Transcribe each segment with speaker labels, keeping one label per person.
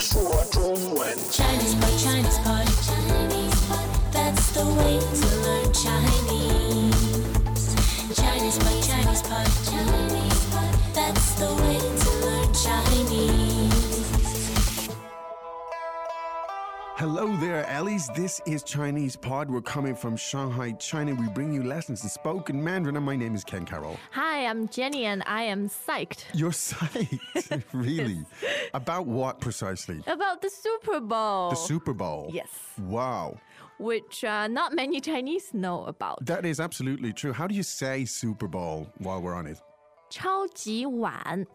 Speaker 1: 说中文。
Speaker 2: Chinese pot, Chinese pot, Chinese pot. That's the way to learn Chinese. Chinese pot, Chinese pot, Chinese pot. That's the way to learn Chinese.
Speaker 1: Hello there, Allies. This is Chinese Pod. We're coming from Shanghai, China. We bring you lessons in spoken Mandarin, and my name is Ken Carroll.
Speaker 3: Hi, I'm Jenny, and I am psyched
Speaker 1: You're psyched, really? About what precisely?
Speaker 3: about the Super Bowl,
Speaker 1: The Super Bowl.
Speaker 3: Yes.
Speaker 1: Wow.
Speaker 3: which uh, not many Chinese know about.
Speaker 1: That is absolutely true. How do you say Super Bowl while we're on it?
Speaker 3: 超级碗，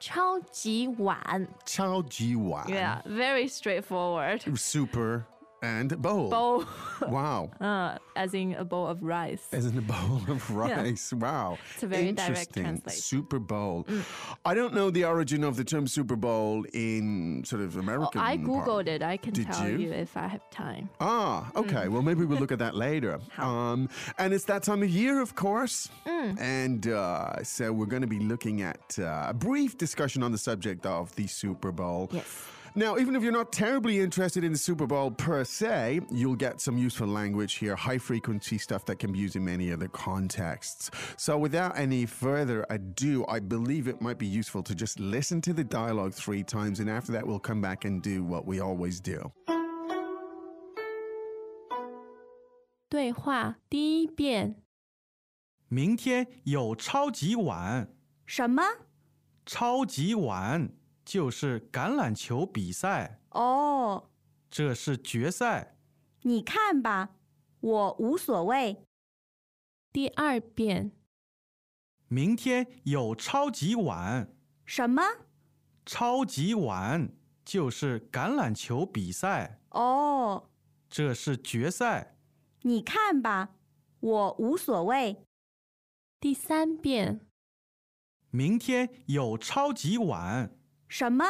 Speaker 3: 超级碗.
Speaker 1: Chao Ji Wan.
Speaker 3: Yeah, very straightforward.
Speaker 1: Mm. Super and bowl.
Speaker 3: Bowl,
Speaker 1: Wow.
Speaker 3: uh, as in a bowl of rice.
Speaker 1: As in a bowl of rice. Wow.
Speaker 3: It's a very direct
Speaker 1: Interesting.
Speaker 3: translation. Mm.
Speaker 1: Super Bowl. I don't know the origin of the term Super Bowl in sort of
Speaker 3: Oh,
Speaker 1: American.
Speaker 3: I
Speaker 1: parlance.
Speaker 3: googled it. I can
Speaker 1: Did
Speaker 3: tell
Speaker 1: you?
Speaker 3: you? if I have time.
Speaker 1: Ah,
Speaker 3: Mm.
Speaker 1: okay. Well, maybe we'll look at that later. Um, and it's that time of year, of course.
Speaker 3: Mm.
Speaker 1: And uh, so we're going to be looking at uh, a brief discussion on the subject of the Super Bowl.
Speaker 3: Yes.
Speaker 1: Now, even if you're not terribly interested in the Super Bowl per se, you'll get some useful language here, high frequency stuff that can be used in many other contexts. So, without any further ado, I believe it might be useful to just listen to the dialogue three times, and after that, we'll come back and do what we always do.
Speaker 3: 对话第一遍，
Speaker 4: 明天有超级碗，
Speaker 5: 什么？
Speaker 4: 超级碗就是橄榄球比赛，
Speaker 5: 哦，
Speaker 4: 这是决赛。
Speaker 5: 你看吧，我无所谓。
Speaker 3: 第二遍，
Speaker 4: 明天有超级碗，
Speaker 5: 什么？
Speaker 4: 超级碗就是橄榄球比赛，
Speaker 5: 哦，
Speaker 4: 这是决赛。
Speaker 5: 你看吧，我无所谓。
Speaker 3: 第三遍，
Speaker 4: 明天有超级碗，
Speaker 5: 什么？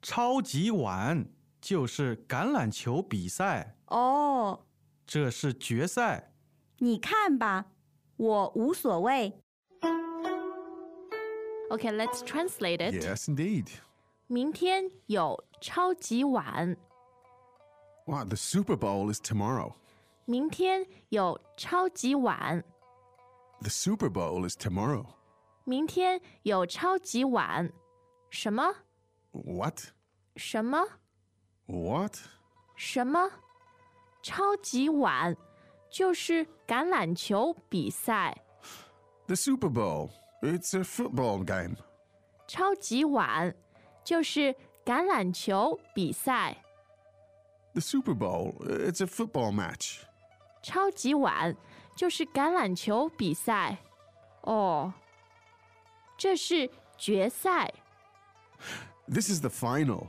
Speaker 4: 超级碗就是橄榄球比赛，
Speaker 5: 哦，
Speaker 4: 这是决赛。
Speaker 5: 你看吧，我无所谓。
Speaker 3: Okay, let's translate it.
Speaker 1: Yes, indeed.
Speaker 3: 明天有超级碗。
Speaker 1: Wow, the Super Bowl is tomorrow.
Speaker 3: 明天有超级碗，
Speaker 1: The Super Bowl is tomorrow.
Speaker 3: 明天有超级碗，什么
Speaker 1: What?
Speaker 3: 什么
Speaker 1: What?
Speaker 3: 什么？超级碗就是橄榄球比赛，
Speaker 1: The Super Bowl. It's a football game.
Speaker 3: 超级碗就是橄榄球比赛，
Speaker 1: The Super Bowl. It's a football match.
Speaker 3: 超级碗就是橄榄球比赛。哦，这是决赛，
Speaker 1: This is the final.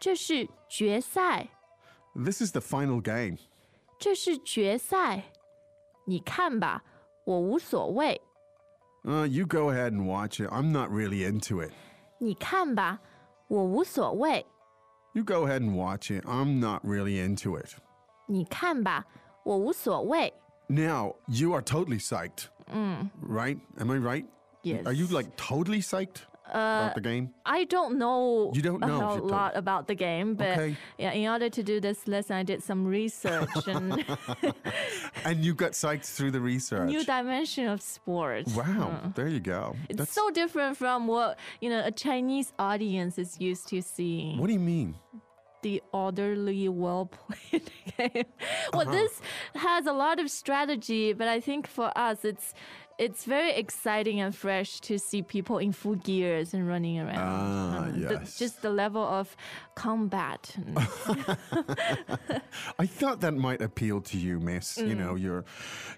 Speaker 3: 这是决赛，
Speaker 1: This is the final game.
Speaker 3: 这是决赛。你看吧，我无所谓。
Speaker 1: Uh, you go ahead and watch it. I'm not really into it.
Speaker 3: 你看吧，我无所谓。
Speaker 1: You go ahead and watch it. I'm not really into it.
Speaker 3: 你看吧，我无所谓。
Speaker 1: Now, you are totally psyched. Right? Am I right?
Speaker 3: Yes.
Speaker 1: Are you like totally psyched about the game?
Speaker 3: I don't know.
Speaker 1: You don't know if
Speaker 3: a
Speaker 1: you don't-
Speaker 3: lot about the game, but
Speaker 1: Okay.
Speaker 3: yeah, in order to do this lesson, I did some research and
Speaker 1: And you got psyched through the research.
Speaker 3: new dimension of sports.
Speaker 1: Wow, there you go.
Speaker 3: It's
Speaker 1: That's,
Speaker 3: so different from what you know a Chinese audience is used to seeing.
Speaker 1: what do you mean?
Speaker 3: the orderly, well played game. Well,
Speaker 1: Uh-huh.
Speaker 3: this has a lot of strategy, but I think for us, it's it's very exciting and fresh to see people in full gears and running around.
Speaker 1: Ah,
Speaker 3: Um, the-
Speaker 1: yes.
Speaker 3: just the level of combat. and-
Speaker 1: I thought that might appeal to you, Miss. You
Speaker 3: Mm.
Speaker 1: know your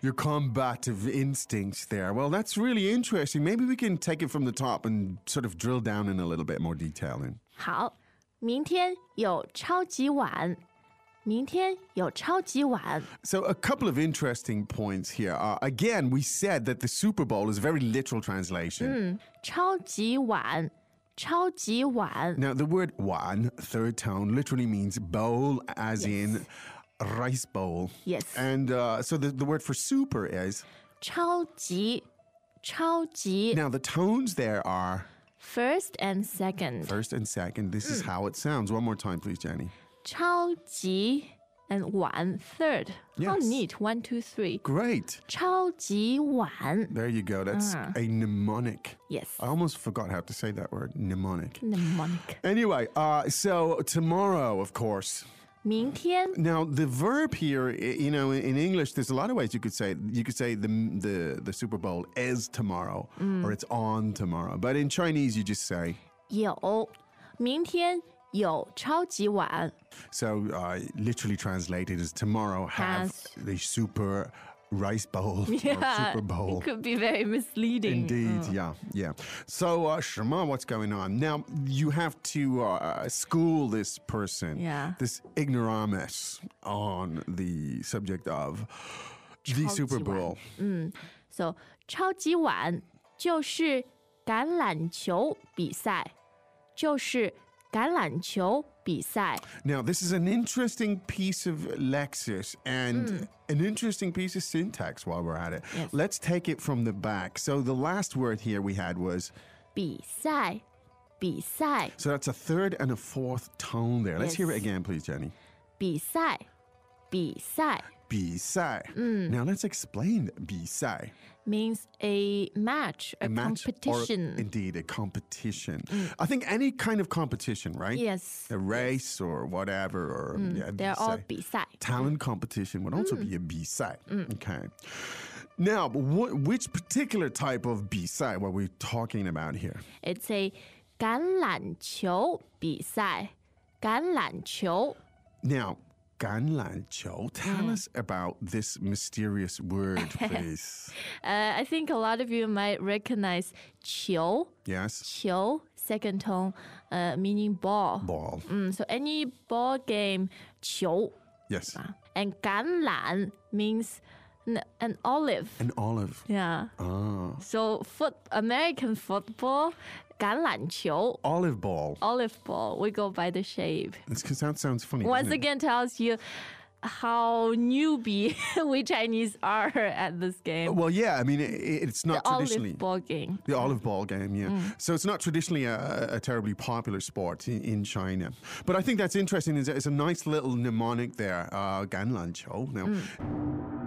Speaker 1: your combative instincts there. Well, that's really interesting. Maybe we can take it from the top and sort of drill down in a little bit more detail. Then
Speaker 3: 好，明天有超级碗，明天有超级碗。
Speaker 1: so a couple of interesting points here. Uh, again, we said that the Super Bowl is a very literal
Speaker 3: Mm.
Speaker 1: translation.
Speaker 3: 超级碗，超级碗。
Speaker 1: Now, the word "wan" third tone literally means bowl, as in rice bowl.
Speaker 3: Yes.
Speaker 1: And uh, so the, the word for super is
Speaker 3: 超级，超级。
Speaker 1: now the tones there are
Speaker 3: First and second.
Speaker 1: First and second. This is how it sounds. One more time, please, Jenny.
Speaker 3: 超级 and 碗 third. How
Speaker 1: Yes.
Speaker 3: neat. One, two, three.
Speaker 1: Great.
Speaker 3: 超级碗.
Speaker 1: There you go. That's a mnemonic.
Speaker 3: Yes.
Speaker 1: I almost forgot how to say that word mnemonic.
Speaker 3: Mnemonic.
Speaker 1: Anyway, uh, so tomorrow, of course.
Speaker 3: 明天.
Speaker 1: Now the verb here, i- you know, in English, there's a lot of ways you could say it. you could say the the the Super Bowl is tomorrow or it's on tomorrow, but in Chinese you just say
Speaker 3: 有，明天有超级碗。
Speaker 1: so. Uh, literally translated as tomorrow have
Speaker 3: Has.
Speaker 1: the Super Rice Bowl or
Speaker 3: Yeah,
Speaker 1: Super Bowl.
Speaker 3: It could be Mm. very misleading. 嗯
Speaker 1: Indeed, yeah, yeah. So, uh, Shema, what's going on? Now, you have to uh, school this person,
Speaker 3: Yeah.
Speaker 1: this ignoramus, on the subject of the Super Bowl.
Speaker 3: So 超级碗就是橄榄球比赛，就是橄榄球比赛。
Speaker 1: Now, this is an interesting piece of Lexis and an interesting piece of syntax while we're at it.
Speaker 3: Hmm. Yes.
Speaker 1: Let's take it from the back. So, the last word here we had was
Speaker 3: 比赛，比赛，
Speaker 1: so that's a third and a fourth tone there. Let's hear it
Speaker 3: Yes.
Speaker 1: again, please, Jenny.
Speaker 3: 比赛，比赛
Speaker 1: 比赛.
Speaker 3: Mm.
Speaker 1: Now, let's explain 比赛.
Speaker 3: means a match, a,
Speaker 1: match or
Speaker 3: competition. Mm.
Speaker 1: indeed, a competition. I think any kind of competition, right?
Speaker 3: Yes. Mm.
Speaker 1: A race or whatever, or yeah,
Speaker 3: They're all
Speaker 1: say,
Speaker 3: 比赛。
Speaker 1: talent competition would also
Speaker 3: Mm.
Speaker 1: be a B side. Okay. Now, wh- which particular type of B side were we talking about here?
Speaker 3: It's a 橄榄球比赛，橄榄球
Speaker 1: Now, Ganlanqiu, tell
Speaker 3: Mm.
Speaker 1: us about this mysterious word, please.
Speaker 3: Uh, I think a lot of you might recognize 球
Speaker 1: yes,
Speaker 3: 球 second tone, uh, meaning ball.
Speaker 1: ball.
Speaker 3: Mm, so any ball game 球
Speaker 1: Yes,
Speaker 3: and 橄榄 means an, an olive.
Speaker 1: an olive.
Speaker 3: Yeah.
Speaker 1: Ah,
Speaker 3: So foot American football 橄榄球
Speaker 1: olive ball.
Speaker 3: olive ball. We go by the shape.
Speaker 1: It's because that sounds funny. doesn't
Speaker 3: Once
Speaker 1: it?
Speaker 3: again, tells you how newbie we Chinese are at this game.
Speaker 1: Well, yeah. I mean, i i- it's not traditionally
Speaker 3: Olive ball Mm. game.
Speaker 1: the olive ball game. Yeah. So it's not traditionally a, a terribly popular sport in, in China. But I think that's interesting. Is it's a nice little mnemonic there, uh, Ganlan Chou. Now,
Speaker 3: Mm.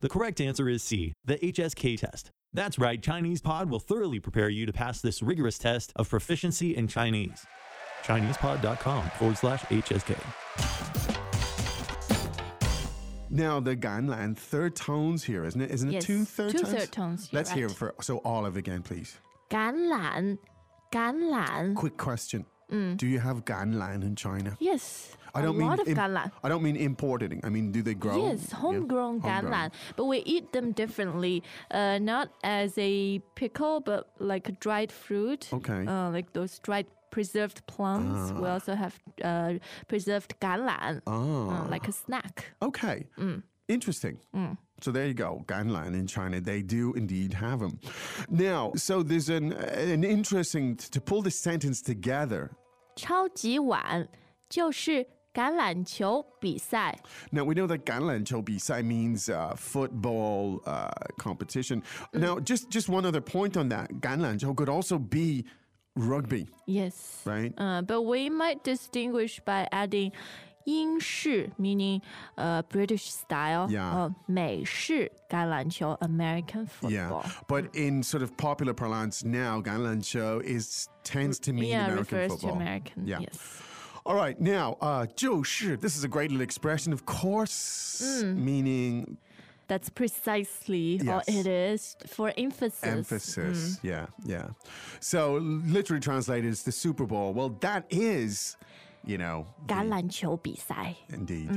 Speaker 6: The correct answer is C, the HSK test. That's right, Chinese Pod will thoroughly prepare you to pass this rigorous test of proficiency in Chinese. ChinesePod.com forward slash HSK.
Speaker 1: now the Ganlan third tones here, isn't it? Isn't it
Speaker 3: Yes,
Speaker 1: two third
Speaker 3: two
Speaker 1: tones?
Speaker 3: third tones, you're
Speaker 1: Let's hear it
Speaker 3: right.
Speaker 1: for so olive again, please.
Speaker 3: 橄榄，橄榄。
Speaker 1: Quick question.
Speaker 3: Mm.
Speaker 1: Do you have Ganlan in China?
Speaker 3: Yes,
Speaker 1: I don't
Speaker 3: a
Speaker 1: mean
Speaker 3: lot of
Speaker 1: im-
Speaker 3: ganlan.
Speaker 1: I don't mean importing. I mean, do they grow?
Speaker 3: Yes,
Speaker 1: Yeah,
Speaker 3: homegrown ganlan, but we eat them differently. Uh, not as a pickle, but like a dried fruit.
Speaker 1: Okay. Ah.
Speaker 3: Uh, like those dried preserved plums. We also have uh, preserved ganlan,
Speaker 1: Ah.
Speaker 3: uh, like a snack.
Speaker 1: Okay.
Speaker 3: Mm.
Speaker 1: Interesting. So there you go. Ganlan in China, they do indeed have them. Now, so there's an an interesting to pull this sentence together.
Speaker 3: 超级碗就是橄榄球比赛，
Speaker 1: Now we know that Ganlan Chobisai means uh, football uh, competition.
Speaker 3: Mm.
Speaker 1: Now, just just one other point on that. Ganlan Chou could also be rugby,
Speaker 3: Yes.
Speaker 1: right?
Speaker 3: Uh, but we might distinguish by adding 英式, meaning uh, British style,
Speaker 1: Yeah.
Speaker 3: uh, 美式,橄榄球, American football.
Speaker 1: Yeah, but in sort of popular parlance now, Ganlan Chou is tends to mean
Speaker 3: Yeah,
Speaker 1: American
Speaker 3: refers
Speaker 1: football.
Speaker 3: to American,
Speaker 1: Yeah.
Speaker 3: yes.
Speaker 1: All right, now, uh, 就是, this is a great little expression, of course,
Speaker 3: Mm.
Speaker 1: meaning
Speaker 3: That's precisely what
Speaker 1: Yes.
Speaker 3: it is for emphasis. Mm.
Speaker 1: emphasis. Yeah, yeah. So, literally translated as the Super Bowl. Well, that is, you know, the-
Speaker 3: 橄榄球比赛.
Speaker 1: indeed.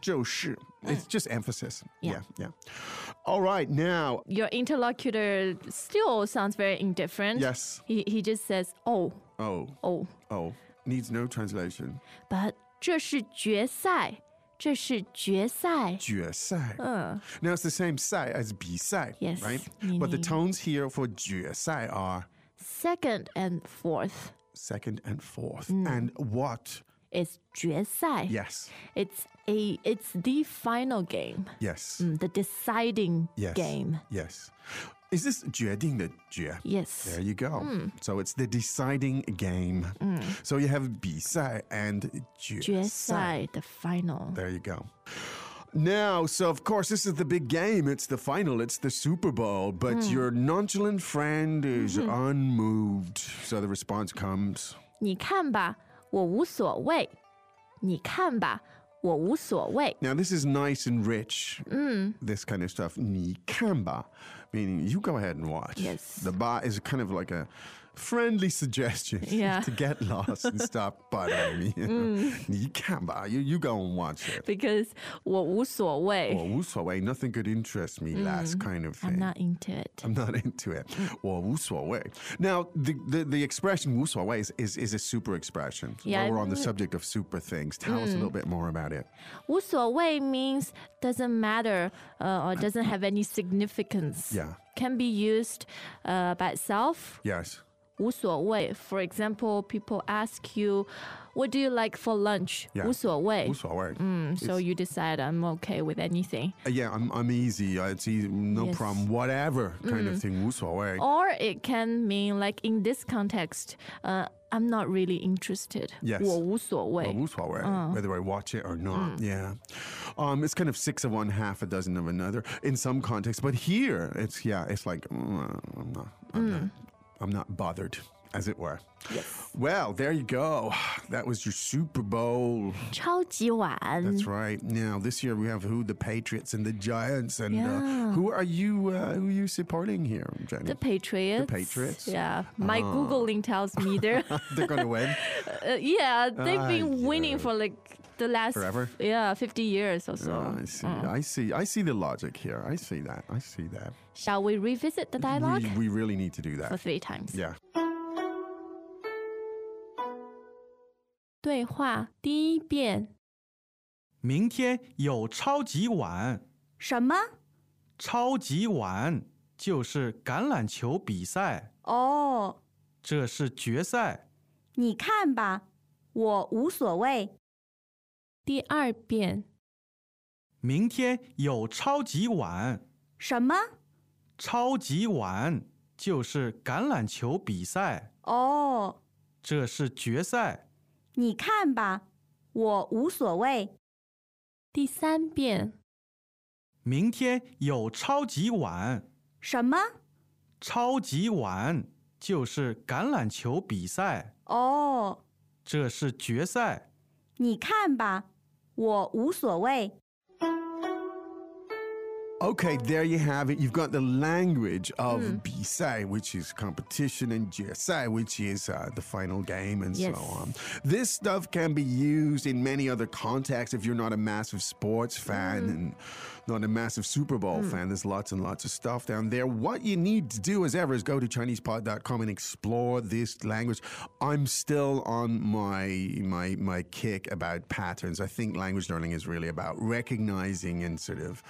Speaker 1: 就是, it's just emphasis. Yeah.
Speaker 3: Mm. Yeah.
Speaker 1: yeah, All right, now,
Speaker 3: Your interlocutor still sounds very indifferent.
Speaker 1: Yes.
Speaker 3: He, he just says, oh,
Speaker 1: oh,
Speaker 3: oh.
Speaker 1: oh, needs no translation.
Speaker 3: But 这是决赛,这是决赛。
Speaker 1: 决赛.
Speaker 3: 嗯
Speaker 1: Now it's the same sai as bisai,
Speaker 3: Yes,
Speaker 1: right? But the
Speaker 3: meaning-
Speaker 1: tones here for sai are
Speaker 3: ，second and fourth
Speaker 1: second and fourth.
Speaker 3: Mm.
Speaker 1: And what?
Speaker 3: is 决赛。
Speaker 1: Yes,
Speaker 3: It's a it's the final game.
Speaker 1: yes,
Speaker 3: 嗯，the deciding
Speaker 1: yes.
Speaker 3: game.
Speaker 1: Yes. Is this 决定的决?
Speaker 3: Yes. Mm.
Speaker 1: There you go. So it's the deciding game. So you have bisai and
Speaker 3: 决
Speaker 1: sai.
Speaker 3: 赛 the final.
Speaker 1: There you go. Now, so of course, this is the big game. It's the final. It's the Super Bowl. But
Speaker 3: Hmm.
Speaker 1: your nonchalant friend is
Speaker 3: Mm-hmm.
Speaker 1: unmoved. So the response comes.
Speaker 3: 你看吧，我无所谓。你看吧，我无所谓。
Speaker 1: Now, this is nice and rich.
Speaker 3: Mm.
Speaker 1: This kind of stuff. Ni kamba, meaning you go ahead and watch.
Speaker 3: Yes.
Speaker 1: The ba is kind of like a friendly suggestion
Speaker 3: Yeah. Mm.
Speaker 1: to get lost and stop bothering me. Ni kamba, you, you go and watch it.
Speaker 3: Because 我无所谓
Speaker 1: Or 无所谓, nothing could interest me. Last kind of thing.
Speaker 3: Mm. I'm not into it.
Speaker 1: I'm not into it. Or 无所谓. Now, the, the, the expression 无所谓 is, is, is a super expression.
Speaker 3: Yeah,
Speaker 1: While
Speaker 3: Hmm.
Speaker 1: we're on the
Speaker 3: I'm-
Speaker 1: subject of super things, tell us a little bit more about it.
Speaker 3: 无所谓 means doesn't matter uh, or doesn't have any significance.
Speaker 1: Yeah.
Speaker 3: Can be used uh, by itself.
Speaker 1: Yes.
Speaker 3: 无所谓. For example, people ask you, "What do you like for lunch?"
Speaker 1: Yeah.
Speaker 3: 无所谓.
Speaker 1: "无所谓."
Speaker 3: Mm, so you decide I'm okay with anything.
Speaker 1: Uh, Yeah, I'm, I'm easy. Uh, It's easy. No
Speaker 3: Yes. Hmm.
Speaker 1: problem. Whatever kind of thing. 无所谓.
Speaker 3: Or it can mean like in this context, uh, I'm not really interested.
Speaker 1: Yes.
Speaker 3: 我无所谓.
Speaker 1: Well, 无所谓,
Speaker 3: Uh.
Speaker 1: whether I watch it or not.
Speaker 3: Hmm.
Speaker 1: Yeah. Um, it's kind of six of one, half a dozen of another in some contexts. But here, it's, yeah, it's like, mm, I'm, not, I'm,
Speaker 3: Hmm.
Speaker 1: not, I'm not bothered, as it were. Yes. Well, there you go. That was your Super Bowl.
Speaker 3: 超级碗。
Speaker 1: That's right. Now, this year we have who? The Patriots and the Giants. And uh,
Speaker 3: Yeah.
Speaker 1: who are you uh, who are you supporting here, Jenny?
Speaker 3: The Patriots.
Speaker 1: Patriots. Uh.
Speaker 3: Yeah. My Googling tells me they're,
Speaker 1: They're going to win.
Speaker 3: uh, yeah, they've
Speaker 1: Ah,
Speaker 3: been winning
Speaker 1: yeah.
Speaker 3: for like the last,
Speaker 1: Forever?
Speaker 3: yeah, 50 years or so.
Speaker 1: Oh,
Speaker 3: Mm.
Speaker 1: I see. I see. I see the logic here. I see that. I see that.
Speaker 3: Shall we revisit the dialogue?
Speaker 1: We, we really need to do
Speaker 3: for
Speaker 1: that.
Speaker 3: three times.
Speaker 1: Yeah.
Speaker 3: 对话第一遍，
Speaker 4: 明天有超级碗，
Speaker 5: 什么？
Speaker 4: 超级碗就是橄榄球比赛，
Speaker 5: 哦，
Speaker 4: 这是决赛。
Speaker 5: 你看吧，我无所谓。
Speaker 3: 第二遍，
Speaker 4: 明天有超级碗，
Speaker 5: 什么？
Speaker 4: 超级碗就是橄榄球比赛，
Speaker 5: 哦，
Speaker 4: 这是决赛。
Speaker 5: 你看吧，我无所谓。
Speaker 3: 第三遍，
Speaker 4: 明天有超级碗，
Speaker 5: 什么？
Speaker 4: 超级碗就是橄榄球比赛，
Speaker 5: 哦，
Speaker 4: 这是决赛。
Speaker 5: 你看吧，我无所谓。
Speaker 1: Okay, there you have it. You've got the language of Bisai, which is competition, and Jesai, which is uh, the final game, and
Speaker 3: Yes.
Speaker 1: so on. This stuff can be used in many other contexts if you're not a massive sports fan and not a massive Super Bowl fan. There's lots and lots of stuff down there. What you need to do, as ever, is go to ChinesePod.com and explore this language. I'm still on my my my kick about patterns. I think language learning is really about recognizing and sort of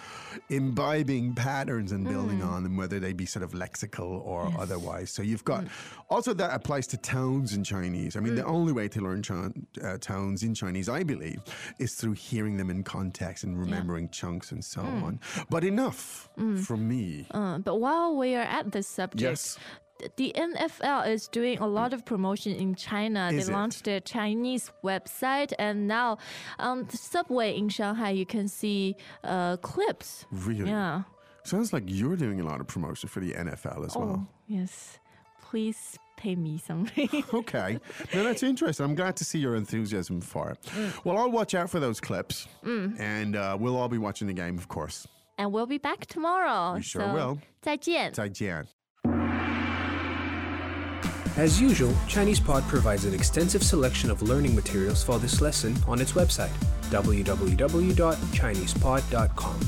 Speaker 1: imbibing patterns and building
Speaker 3: Mm.
Speaker 1: on them, whether they be sort of lexical or otherwise. So you've
Speaker 3: Mm.
Speaker 1: got also that applies to tones in Chinese. I mean, the only way to learn chon- uh, tones in Chinese, I believe, is through hearing them in context and remembering chunks and so on. But enough from me.
Speaker 3: Mm. Uh, but while we are at this subject,
Speaker 1: Yes.
Speaker 3: th- the NFL is doing a lot of promotion in China.
Speaker 1: Is it?
Speaker 3: they launched their Chinese website, and now on the subway in Shanghai, you can see uh, clips.
Speaker 1: Really?
Speaker 3: Yeah.
Speaker 1: Sounds like you're doing a lot of promotion for the NFL
Speaker 3: Oh,
Speaker 1: as well.
Speaker 3: Yes. Please pay me something.
Speaker 1: Okay. No, that's interesting. I'm glad to see your enthusiasm for it. Well, I'll watch out for those clips. And uh, we'll all be watching the game, of course.
Speaker 3: and we'll be back tomorrow.
Speaker 1: We sure
Speaker 3: so,
Speaker 1: will.
Speaker 3: 再见.
Speaker 1: Zaijian.
Speaker 7: As usual, ChinesePod provides an extensive selection of learning materials for this lesson on its website, www.chinesepod.com.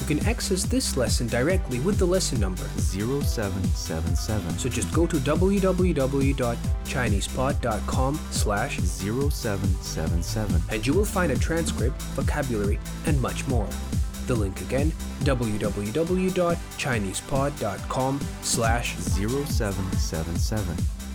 Speaker 7: You can access this lesson directly with the lesson number.
Speaker 8: 0777
Speaker 7: So just go to www.chinesepod.com slash
Speaker 8: 0777
Speaker 7: and you will find a transcript, vocabulary, and much more. The link again, www.chinesepod.com slash
Speaker 8: 0777